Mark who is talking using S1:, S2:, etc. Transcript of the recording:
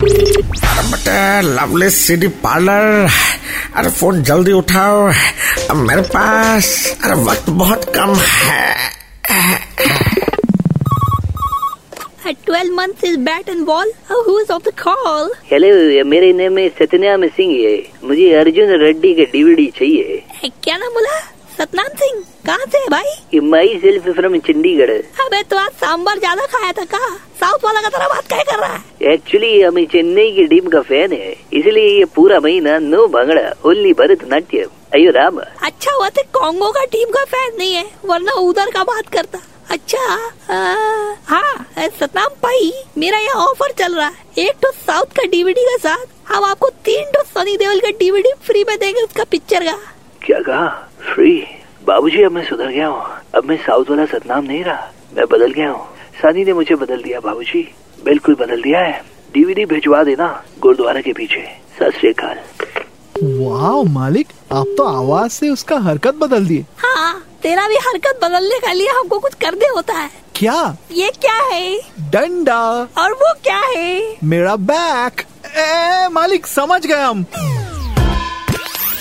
S1: अरे बटे Lovely City Parlour अरे फोन जल्दी उठाओ अब मेरे पास अरे वक्त बहुत कम है
S2: At 12 months is bat and ball. Oh, who is on the call?
S3: Hello ये मेरे नेम में सत्यनाम सिंह है मुझे अर्जुन रेड्डी के डीवीडी चाहिए
S2: Hey, क्या नाम बोला सतनाम सिंह कहाँ से है भाई
S3: ये माई सेल्फ फ्रॉम चंडीगढ़
S2: अबे तो आज सांबर ज्यादा खाया था का साउथ वाला का तरह बात क्या कर रहा है
S3: एक्चुअली हमें चेन्नई की टीम का फैन है इसलिए ये पूरा महीना नो भांगड़ा ओनली भरतनाट्यम अयो राम
S2: अच्छा हुआ तो कांगो का टीम का फैन नहीं है वरना उधर का बात करता अच्छा आ, हाँ ए, सतनाम भाई मेरा यहाँ ऑफर चल रहा है एक तो साउथ का डीवीडी के साथ हम आपको तीन तो सनी देओल का डीवीडी फ्री में देंगे उसका पिक्चर का
S3: क्या कहा फ्री बाबूजी अब मैं सुधर गया हूँ अब मैं साउथ वाला सतनाम नहीं रहा मैं बदल गया हूँ सानी ने मुझे बदल दिया बाबूजी बिल्कुल बदल दिया है डीवीडी भिजवा देना गुरुद्वारा के पीछे सत श्रीकाल
S4: वाह मालिक आप तो आवाज से उसका हरकत बदल दिए
S2: हाँ तेरा भी हरकत बदलने के लिए हमको कुछ करने होता है
S4: क्या
S2: ये क्या है
S4: डंडा
S2: और वो क्या है
S4: मेरा बैक ए मालिक समझ गए हम